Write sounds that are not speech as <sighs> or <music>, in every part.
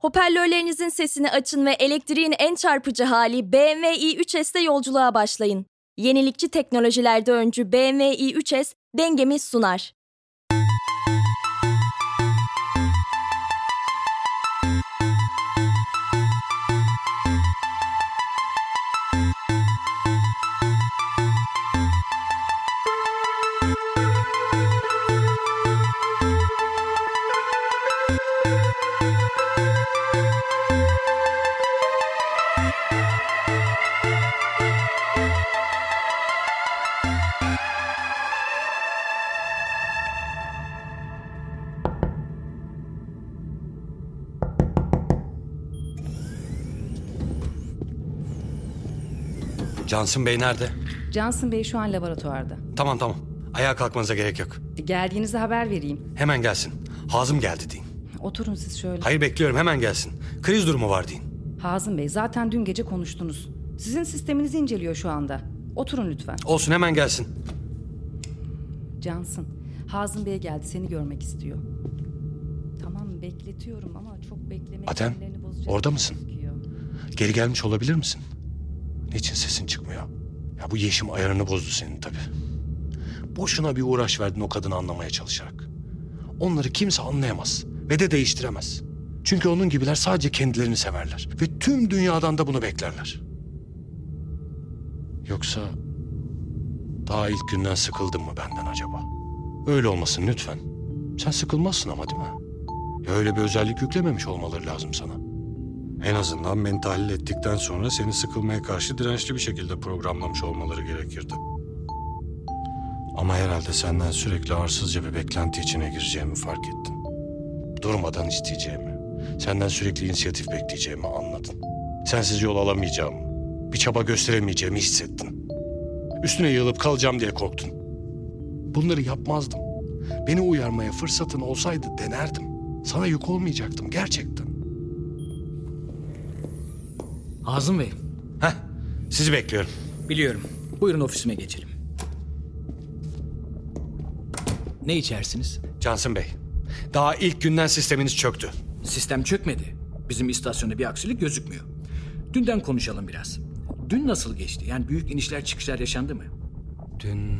Hoparlörlerinizin sesini açın ve elektriğin en çarpıcı hali BMW i3S'te yolculuğa başlayın. Yenilikçi teknolojilerde öncü BMW i3S dengemi sunar. Cansın Bey nerede? Johnson Bey şu an laboratuvarda. Tamam tamam. Ayağa kalkmanıza gerek yok. Geldiğinizde haber vereyim. Hemen gelsin. Hazım geldi deyin. Oturun siz şöyle. Hayır bekliyorum hemen gelsin. Kriz durumu var deyin. Hazım Bey zaten dün gece konuştunuz. Sizin sisteminizi inceliyor şu anda. Oturun lütfen. Olsun hemen gelsin. Cansın. Hazım Bey geldi seni görmek istiyor. Tamam bekletiyorum ama çok beklemek Adem, sinirlerini bozacak orada bir mısın? gözüküyor. Geri gelmiş olabilir misin? Niçin sesin çıkmıyor? Ya bu yeşim ayarını bozdu senin tabii. Boşuna bir uğraş verdin o kadını anlamaya çalışarak. Onları kimse anlayamaz ve de değiştiremez. Çünkü onun gibiler sadece kendilerini severler ve tüm dünyadan da bunu beklerler. Yoksa daha ilk günden sıkıldın mı benden acaba? Öyle olmasın lütfen. Sen sıkılmazsın ama değil mi? Ya öyle bir özellik yüklememiş olmaları lazım sana. En azından beni tahlil ettikten sonra seni sıkılmaya karşı dirençli bir şekilde programlamış olmaları gerekirdi. Ama herhalde senden sürekli arsızca bir beklenti içine gireceğimi fark ettin. durmadan isteyeceğimi, senden sürekli inisiyatif bekleyeceğimi anladın. Sensiz yol alamayacağımı, bir çaba gösteremeyeceğimi hissettin. Üstüne yığılıp kalacağım diye korktun. Bunları yapmazdım. Beni uyarmaya fırsatın olsaydı denerdim. Sana yük olmayacaktım gerçekten. Hazım Bey, Heh, sizi bekliyorum. biliyorum. Buyurun ofisime geçelim. Ne içersiniz? Cansın Bey, daha ilk günden sisteminiz çöktü. Sistem çökmedi. Bizim istasyonda bir aksilik gözükmüyor. Dünden konuşalım biraz. Dün nasıl geçti? Yani büyük inişler çıkışlar yaşandı mı? Dün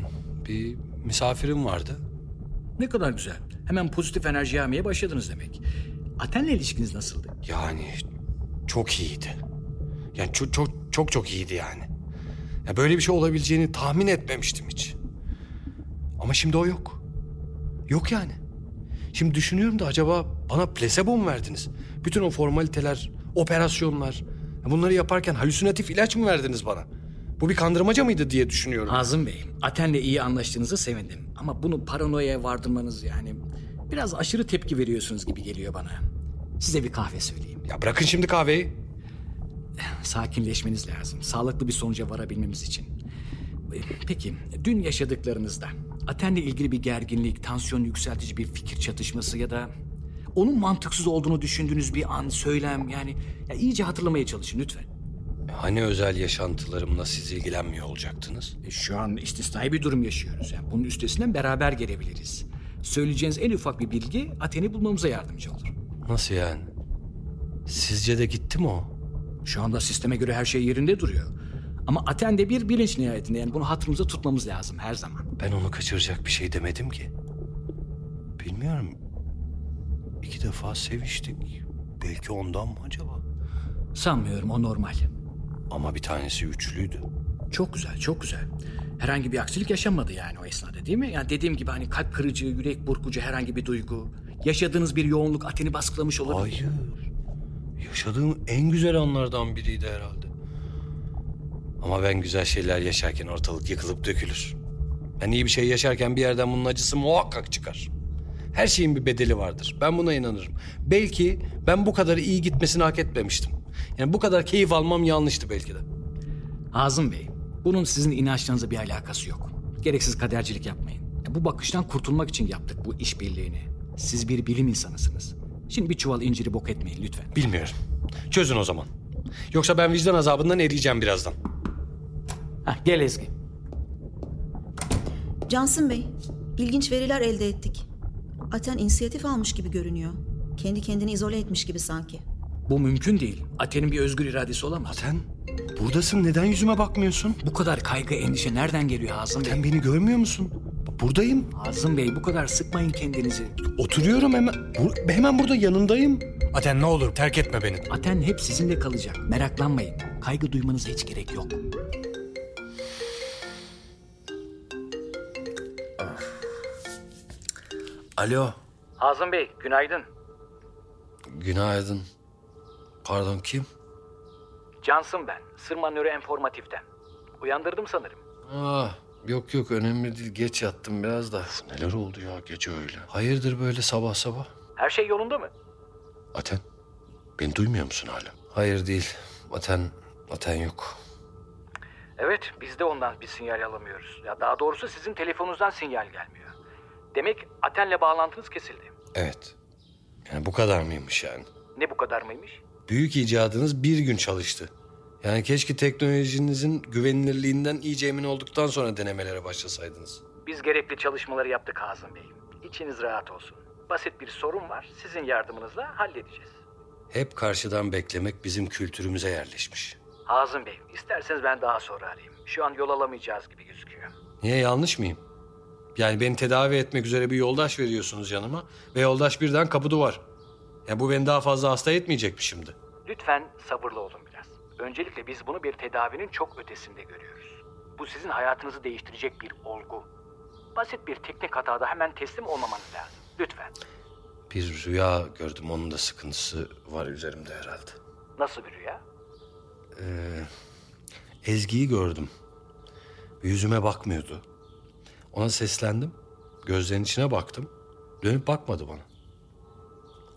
bir misafirim vardı. Ne kadar güzel. Hemen pozitif enerji yağmaya başladınız demek. Aten'le ilişkiniz nasıldı? Yani çok iyiydi. Yani çok çok çok çok iyiydi yani. Ya böyle bir şey olabileceğini tahmin etmemiştim hiç. Ama şimdi o yok. Yok yani. Şimdi düşünüyorum da acaba bana plasebo mu verdiniz? Bütün o formaliteler, operasyonlar, ya bunları yaparken halüsinatif ilaç mı verdiniz bana? Bu bir kandırmaca mıydı diye düşünüyorum. Hazım Bey, Aten'le iyi anlaştığınıza sevindim. Ama bunu paranoyaya vardırmanız yani... Biraz aşırı tepki veriyorsunuz gibi geliyor bana. Size bir kahve söyleyeyim. Ya bırakın şimdi kahveyi. Sakinleşmeniz lazım. Sağlıklı bir sonuca varabilmemiz için. Peki, dün yaşadıklarınızda Aten'le ilgili bir gerginlik, tansiyon yükseltici bir fikir çatışması ya da onun mantıksız olduğunu düşündüğünüz bir an, söylem yani ya iyice hatırlamaya çalışın lütfen. Hani özel yaşantılarımla siz ilgilenmiyor olacaktınız? E, Şu an istisnai bir durum yaşıyoruz. Yani bunun üstesinden beraber gelebiliriz. Söyleyeceğiniz en ufak bir bilgi Aten'i bulmamıza yardımcı olur. Nasıl yani? Sizce de gitti mi o? Şu anda sisteme göre her şey yerinde duruyor. Ama Aten de bir bilinç nihayetinde yani bunu hatırımıza tutmamız lazım her zaman. Ben onu kaçıracak bir şey demedim ki. Bilmiyorum. İki defa seviştik. Belki ondan mı acaba? Sanmıyorum o normal. Ama bir tanesi üçlüydü. Çok güzel, çok güzel. Herhangi bir aksilik yaşanmadı yani o esnada değil mi? Yani dediğim gibi hani kalp kırıcı, yürek burkucu herhangi bir duygu. Yaşadığınız bir yoğunluk Aten'i baskılamış olabilir. Hayır. Yaşadığım en güzel anlardan biriydi herhalde. Ama ben güzel şeyler yaşarken ortalık yıkılıp dökülür. Ben iyi bir şey yaşarken bir yerden bunun acısı muhakkak çıkar. Her şeyin bir bedeli vardır. Ben buna inanırım. Belki ben bu kadar iyi gitmesini hak etmemiştim. Yani bu kadar keyif almam yanlıştı belki de. Azım Bey, bunun sizin inançlarınızla bir alakası yok. Gereksiz kadercilik yapmayın. Ya Bu bakıştan kurtulmak için yaptık bu işbirliğini. Siz bir bilim insanısınız. Şimdi bir çuval inciri bok etmeyin lütfen. Bilmiyorum. Çözün o zaman. Yoksa ben vicdan azabından eriyeceğim birazdan. Hah, gel Ezgi. Cansın Bey, ilginç veriler elde ettik. Aten inisiyatif almış gibi görünüyor. Kendi kendini izole etmiş gibi sanki. Bu mümkün değil. Aten'in bir özgür iradesi olamaz. Sen buradasın neden yüzüme bakmıyorsun? Bu kadar kaygı, endişe nereden geliyor Hazım Bey? Sen beni görmüyor musun? Buradayım. Hazım Bey bu kadar sıkmayın kendinizi. Oturuyorum hemen. Bu- hemen burada yanındayım. Aten ne olur terk etme beni. Aten hep sizinle kalacak. Meraklanmayın. Kaygı duymanıza hiç gerek yok. Alo. Hazım Bey, günaydın. Günaydın. Pardon kim? Cansın ben. Sırma Nöro Enformatif'ten. Uyandırdım sanırım. Aa, Ah, yok yok önemli değil. Geç yattım biraz da. Neler oldu ya gece öyle? Hayırdır böyle sabah sabah? Her şey yolunda mı? Aten beni duymuyor musun hala? Hayır değil. Aten, Aten yok. Evet, biz de ondan bir sinyal alamıyoruz. Ya daha doğrusu sizin telefonunuzdan sinyal gelmiyor. Demek Aten'le bağlantınız kesildi. Evet. Yani bu kadar mıymış yani? Ne bu kadar mıymış? Büyük icadınız bir gün çalıştı. Yani keşke teknolojinizin güvenilirliğinden iyice emin olduktan sonra denemelere başlasaydınız. Biz gerekli çalışmaları yaptık Hazım Bey. İçiniz rahat olsun. Basit bir sorun var. Sizin yardımınızla halledeceğiz. Hep karşıdan beklemek bizim kültürümüze yerleşmiş. Hazım Bey, isterseniz ben daha sonra arayayım. Şu an yol alamayacağız gibi gözüküyor. Niye yanlış mıyım? Yani beni tedavi etmek üzere bir yoldaş veriyorsunuz yanıma ve yoldaş birden kapı duvar. Yani bu beni daha fazla hasta etmeyecek mi şimdi? Lütfen sabırlı olun biraz. Öncelikle biz bunu bir tedavinin çok ötesinde görüyoruz. Bu sizin hayatınızı değiştirecek bir olgu. Basit bir teknik hatada hemen teslim olmamanız lazım. Lütfen. Bir rüya gördüm onun da sıkıntısı var üzerimde herhalde. Nasıl bir rüya? Ezgi'yi gördüm. Yüzüme bakmıyordu. Ona seslendim. Gözlerinin içine baktım. Dönüp bakmadı bana.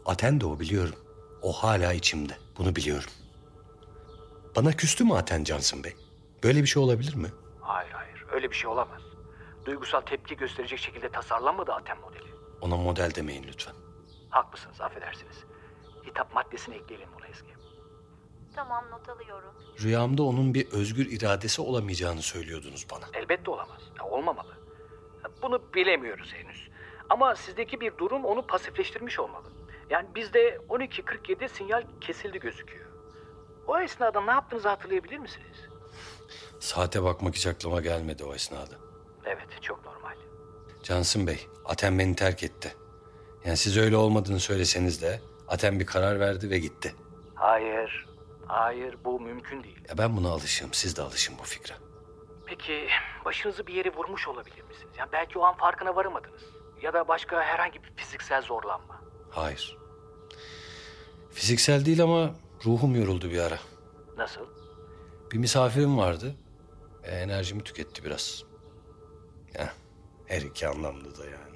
Aten de o biliyorum. O hala içimde. Bunu biliyorum. Bana küstü mü Aten Cansın Bey? Böyle bir şey olabilir mi? Hayır hayır öyle bir şey olamaz. Duygusal tepki gösterecek şekilde tasarlanmadı Atem modeli. Ona model demeyin lütfen. Haklısınız affedersiniz. Hitap maddesini ekleyelim buna Ezgi. Tamam not alıyorum. Rüyamda onun bir özgür iradesi olamayacağını söylüyordunuz bana. Elbette olamaz. Ya, olmamalı. Ya, Bunu bilemiyoruz henüz. Ama sizdeki bir durum onu pasifleştirmiş olmalı. Yani bizde 12.47 sinyal kesildi gözüküyor. O esnada ne yaptığınızı hatırlayabilir misiniz? Saate bakmak hiç aklıma gelmedi o esnada. Evet, çok normal. Cansın Bey, Aten beni terk etti. Yani siz öyle olmadığını söyleseniz de Aten bir karar verdi ve gitti. Hayır, hayır bu mümkün değil. Ya ben buna alışığım, siz de alışın bu fikre. Peki başınızı bir yere vurmuş olabilir misiniz? Yani belki o an farkına varamadınız. Ya da başka herhangi bir fiziksel zorlanma. Hayır. Fiziksel değil ama ruhum yoruldu bir ara. Nasıl? Bir misafirim vardı. E, enerjimi tüketti biraz. Ya, her iki anlamda da yani.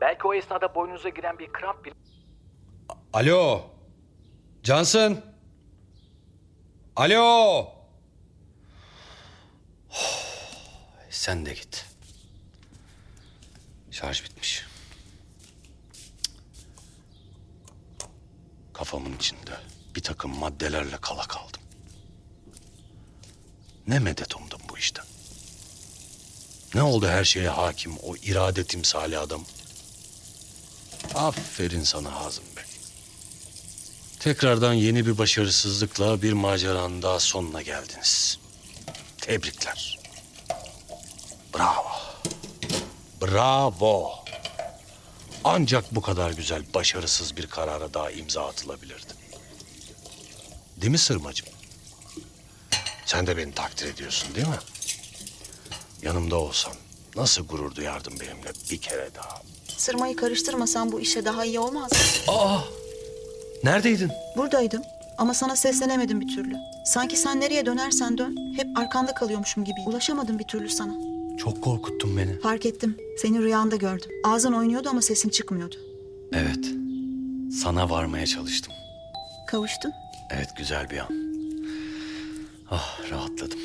Belki o esnada boynunuza giren bir kramp bile... Alo. Cansın. Alo. <sighs> Of, Sen de git. Şarj bitmiş. Kafamın içinde bir takım maddelerle kala kaldım. Ne medet umdum bu işten? Ne oldu her şeye hakim o irade timsali adam? Aferin sana Hazım Bey. Tekrardan yeni bir başarısızlıkla bir maceranın daha sonuna geldiniz. Tebrikler. Bravo. Bravo. Ancak bu kadar güzel, başarısız bir karara daha imza atılabilirdi. Değil mi Sırmacığım? Sen de beni takdir ediyorsun değil mi? Yanımda olsan nasıl gurur duyardın benimle bir kere daha. Sırmayı karıştırmasan bu işe daha iyi olmaz mı? Neredeydin? Buradaydım ama sana seslenemedim bir türlü. Sanki sen nereye dönersen dön hep arkanda kalıyormuşum gibi. Ulaşamadım bir türlü sana. Çok korkuttun beni. Fark ettim. Seni rüyanda gördüm. Ağzın oynuyordu ama sesin çıkmıyordu. Evet. Sana varmaya çalıştım. Kavuştun. Evet güzel bir an. Ah rahatladım.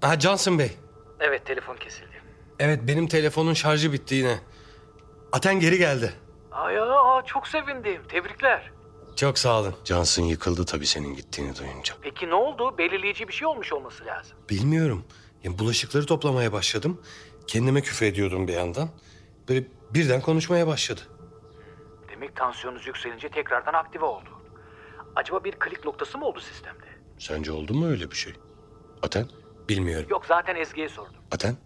Ha Cansın Bey. Evet, telefon kesildi. Evet benim telefonun şarjı bitti yine. Aten geri geldi. Ay aa, çok sevindim. Tebrikler. Çok sağ olun. Cansın yıkıldı tabii senin gittiğini duyunca. Peki ne oldu? Belirleyici bir şey olmuş olması lazım. Bilmiyorum. Ya bulaşıkları toplamaya başladım. Kendime küfür ediyordum bir yandan. Böyle birden konuşmaya başladı. Demek tansiyonunuz yükselince tekrardan aktive oldu. Acaba bir klik noktası mı oldu sistemde? Sence oldu mu öyle bir şey? Aten? Bilmiyorum. Yok zaten Ezgi'ye sordum. Aten?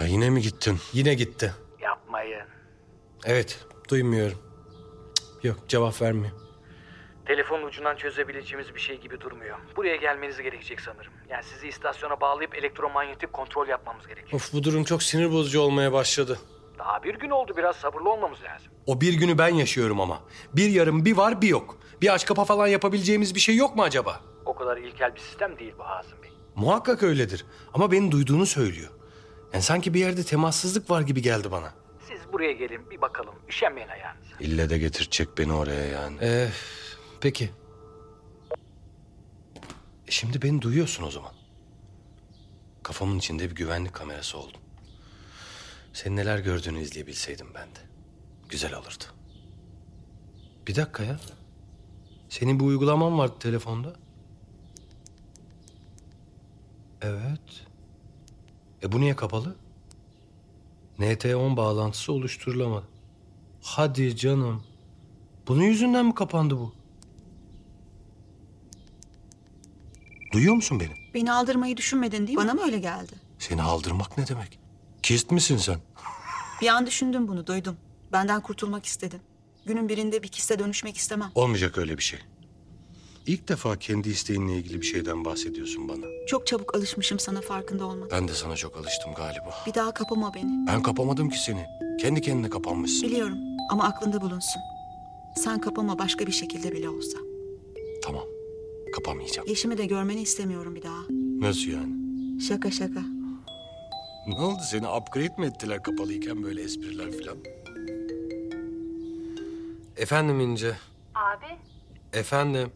Ya yine mi gittin? Yine gitti. Yapmayın. Evet, duymuyorum. Cık, Yok, cevap vermiyor. Telefon ucundan çözebileceğimiz bir şey gibi durmuyor. Buraya gelmeniz gerekecek sanırım. Yani sizi istasyona bağlayıp elektromanyetik kontrol yapmamız gerekiyor. Of bu durum çok sinir bozucu olmaya başladı. Daha bir gün oldu biraz sabırlı olmamız lazım. O bir günü ben yaşıyorum ama. Bir yarım bir var bir yok. Bir aç kapa falan yapabileceğimiz bir şey yok mu acaba? O kadar ilkel bir sistem değil bu Hazım Bey. Muhakkak öyledir. Ama benim duyduğunu söylüyor. Yani sanki bir yerde temassızlık var gibi geldi bana. Siz buraya gelin bir bakalım. Üşenmeyin ayağınıza. İlle de getirecek beni oraya yani. Ee, peki. E Şimdi beni duyuyorsun o zaman. Kafamın içinde bir güvenlik kamerası oldum. Senin neler gördüğünü izleyebilseydim ben de. Güzel olurdu. Bir dakika ya. Senin bir uygulaman vardı telefonda. Evet. E bu niye kapalı? NT10 bağlantısı oluşturulamadı. Hadi canım. Bunun yüzünden mi kapandı bu? Duyuyor musun beni? Beni aldırmayı düşünmedin değil mi? Bana mı öyle geldi? Seni aldırmak ne demek? Kist misin sen? Bir an düşündüm bunu, duydum. Benden kurtulmak istedim. Günün birinde bir kiste dönüşmek istemem. Olmayacak öyle bir şey. İlk defa kendi isteğinle ilgili bir şeyden bahsediyorsun bana. Çok çabuk alışmışım sana farkında olmadan. Ben de sana çok alıştım galiba. Bir daha kapama beni. Ben kapamadım ki seni. Kendi kendine kapanmışsın. Biliyorum ama aklında bulunsun. Sen kapama başka bir şekilde bile olsa. Tamam. Kapamayacağım. Yeşimi de görmeni istemiyorum bir daha. Nasıl yani? Şaka şaka. Ne oldu seni upgrade mi ettiler kapalıyken böyle espriler filan? Efendim İnce. Abi, Efendim.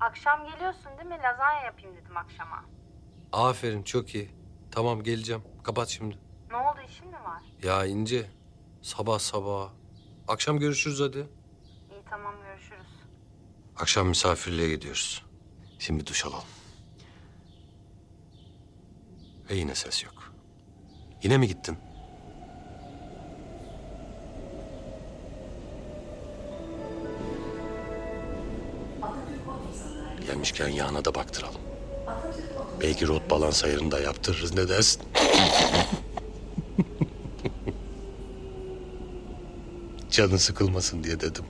akşam geliyorsun değil mi? Lazanya yapayım dedim akşama. Aferin çok iyi. Tamam geleceğim. Kapat şimdi. Ne oldu, işin mi var? Ya İnce. Sabah sabah. Akşam görüşürüz hadi. İyi tamam, görüşürüz. Akşam misafirliğe gidiyoruz. Şimdi duş alalım. Ve yine ses yok. Yine mi gittin? Gelmişken yağına da baktıralım. Belki rot balans ayarını da yaptırırız ne dersin? <laughs> Canın sıkılmasın diye dedim.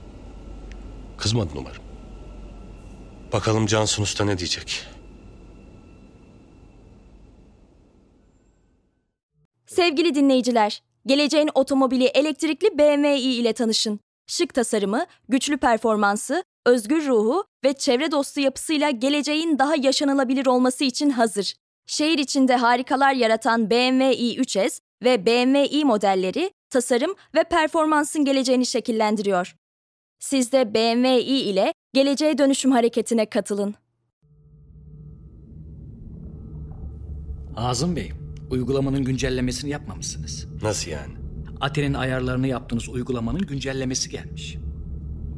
Kızmadın umarım. Bakalım Cansun Usta ne diyecek? Sevgili dinleyiciler, geleceğin otomobili elektrikli BMW i ile tanışın. Şık tasarımı, güçlü performansı, özgür ruhu ve çevre dostu yapısıyla geleceğin daha yaşanılabilir olması için hazır. Şehir içinde harikalar yaratan BMW i3S ve BMW i modelleri tasarım ve performansın geleceğini şekillendiriyor. Siz de BMW i ile geleceğe dönüşüm hareketine katılın. Hazım Bey, uygulamanın güncellemesini yapmamışsınız. Nasıl yani? Ate'nin ayarlarını yaptığınız uygulamanın güncellemesi gelmiş.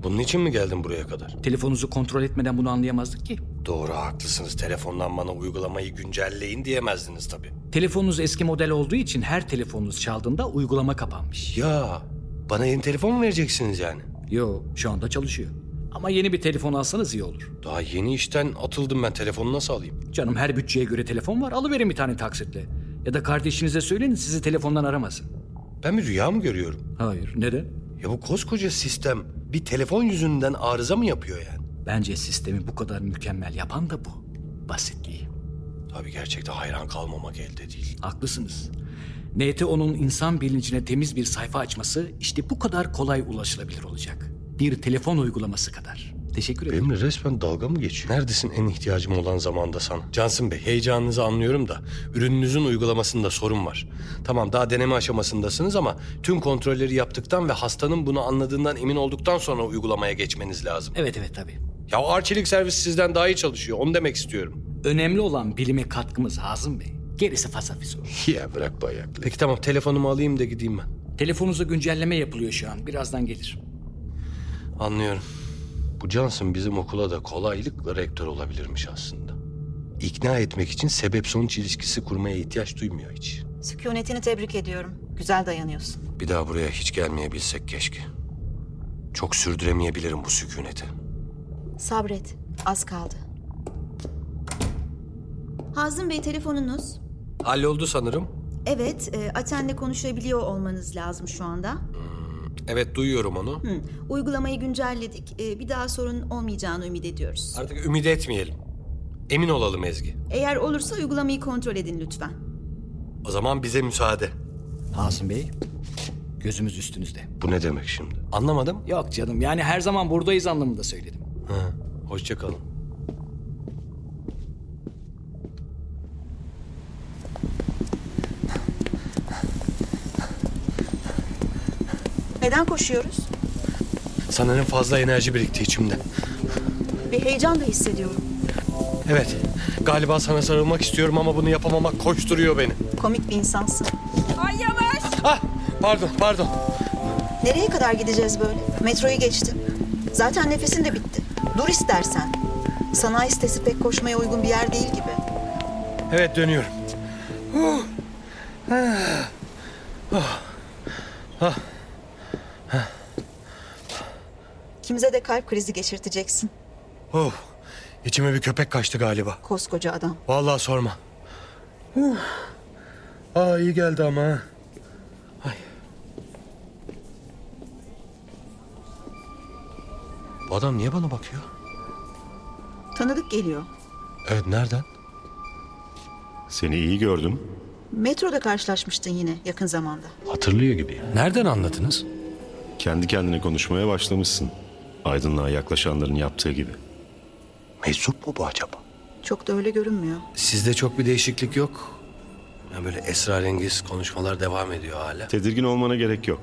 Bunun için mi geldin buraya kadar? Telefonunuzu kontrol etmeden bunu anlayamazdık ki. Doğru haklısınız. Telefondan bana uygulamayı güncelleyin diyemezdiniz tabii. Telefonunuz eski model olduğu için her telefonunuz çaldığında uygulama kapanmış. Ya bana yeni telefon mu vereceksiniz yani? Yo, şu anda çalışıyor. Ama yeni bir telefon alsanız iyi olur. Daha yeni işten atıldım ben. Telefonu nasıl alayım? Canım her bütçeye göre telefon var. Alıverin bir tane taksitle. Ya da kardeşinize söyleyin sizi telefondan aramasın. Ben bir rüya mı görüyorum? Hayır, neden? Ya bu koskoca sistem bir telefon yüzünden arıza mı yapıyor yani? Bence sistemi bu kadar mükemmel yapan da bu. Basitliği. Tabii gerçekte hayran kalmamak elde değil. Haklısınız. NT10'un insan bilincine temiz bir sayfa açması işte bu kadar kolay ulaşılabilir olacak. Bir telefon uygulaması kadar. Teşekkür ederim. Benimle resmen dalga mı geçiyor? Neredesin en ihtiyacım olan zamanda sana? Cansın Bey heyecanınızı anlıyorum da ürününüzün uygulamasında sorun var. Tamam daha deneme aşamasındasınız ama tüm kontrolleri yaptıktan ve hastanın bunu anladığından emin olduktan sonra uygulamaya geçmeniz lazım. Evet evet tabii. Ya arçelik servis sizden daha iyi çalışıyor onu demek istiyorum. Önemli olan bilime katkımız Hazım Bey. Gerisi fasafiso. Ya bırak bayaklı. Peki tamam telefonumu alayım da gideyim ben. Telefonunuza güncelleme yapılıyor şu an. Birazdan gelir. Anlıyorum. Bu Johnson bizim okula da kolaylıkla rektör olabilirmiş aslında. İkna etmek için sebep sonuç ilişkisi kurmaya ihtiyaç duymuyor hiç. Sükunetini tebrik ediyorum. Güzel dayanıyorsun. Bir daha buraya hiç gelmeyebilsek keşke. Çok sürdüremeyebilirim bu sükuneti. Sabret. Az kaldı. Hazım Bey telefonunuz. Halloldu sanırım. Evet, e, Aten'le konuşabiliyor olmanız lazım şu anda. Evet duyuyorum onu. Hı, Uygulamayı güncelledik. E, Bir daha sorun olmayacağını ümit ediyoruz. Artık ümit etmeyelim. Emin olalım Ezgi. Eğer olursa uygulamayı kontrol edin lütfen. O zaman bize müsaade. Hasım Bey, gözümüz üstünüzde. Bu ne demek şimdi? Anlamadım. Yok canım yani her zaman buradayız anlamında söyledim. Ha, hoşça kalın. Neden koşuyoruz? Sanırım fazla enerji birikti içimde. Bir heyecan da hissediyorum. Evet, galiba sana sarılmak istiyorum ama bunu yapamamak koşturuyor beni. Komik bir insansın. Ah, pardon, pardon. Nereye kadar gideceğiz böyle? Metroyu geçtim. Zaten nefesin de bitti. Dur istersen. Sanayi sitesi pek koşmaya uygun bir yer değil gibi. Evet, dönüyorum. Kimize de kalp krizi geçirteceksin. Oh, içime bir köpek kaçtı galiba. Koskoca adam. Vallahi sorma. Huh. Aa, iyi geldi ama. ha. Ay. Bu adam niye bana bakıyor? Tanıdık geliyor. Evet, nereden? Seni iyi gördüm. Metroda karşılaşmıştın yine yakın zamanda. Hatırlıyor gibi. Nereden anladınız? Kendi kendine konuşmaya başlamışsın. Aydınlığa yaklaşanların yaptığı gibi. Meczup mu bu acaba? Çok da öyle görünmüyor. Sizde çok bir değişiklik yok. Ya böyle esrarengiz konuşmalar devam ediyor hala. Tedirgin olmana gerek yok.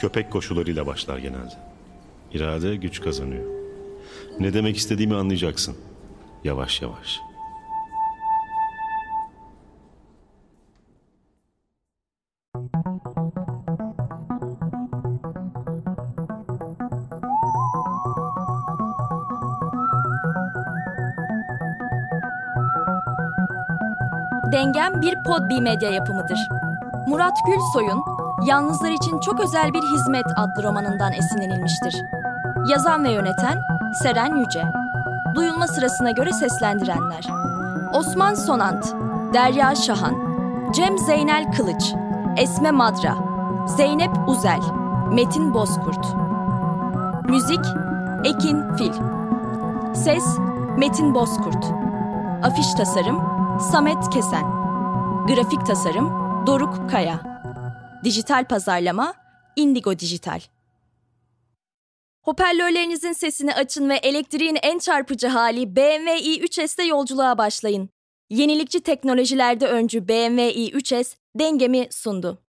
Köpek koşularıyla başlar genelde. İrade güç kazanıyor. Ne demek istediğimi anlayacaksın. Yavaş yavaş. Dengem bir podbi medya yapımıdır. Murat Gülsoy'un Yalnızlar için çok özel bir hizmet adlı romanından esinlenilmiştir. Yazan ve yöneten Seren Yüce. Duyulma sırasına göre seslendirenler. Osman Sonant, Derya Şahan, Cem Zeynel Kılıç, Esme Madra, Zeynep Uzel, Metin Bozkurt. Müzik Ekin Fil. Ses Metin Bozkurt. Afiş tasarım Samet Kesen. Grafik tasarım Doruk Kaya. Dijital pazarlama Indigo Dijital. Hoparlörlerinizin sesini açın ve elektriğin en çarpıcı hali BMW i3S'te yolculuğa başlayın. Yenilikçi teknolojilerde öncü BMW i3S dengemi sundu.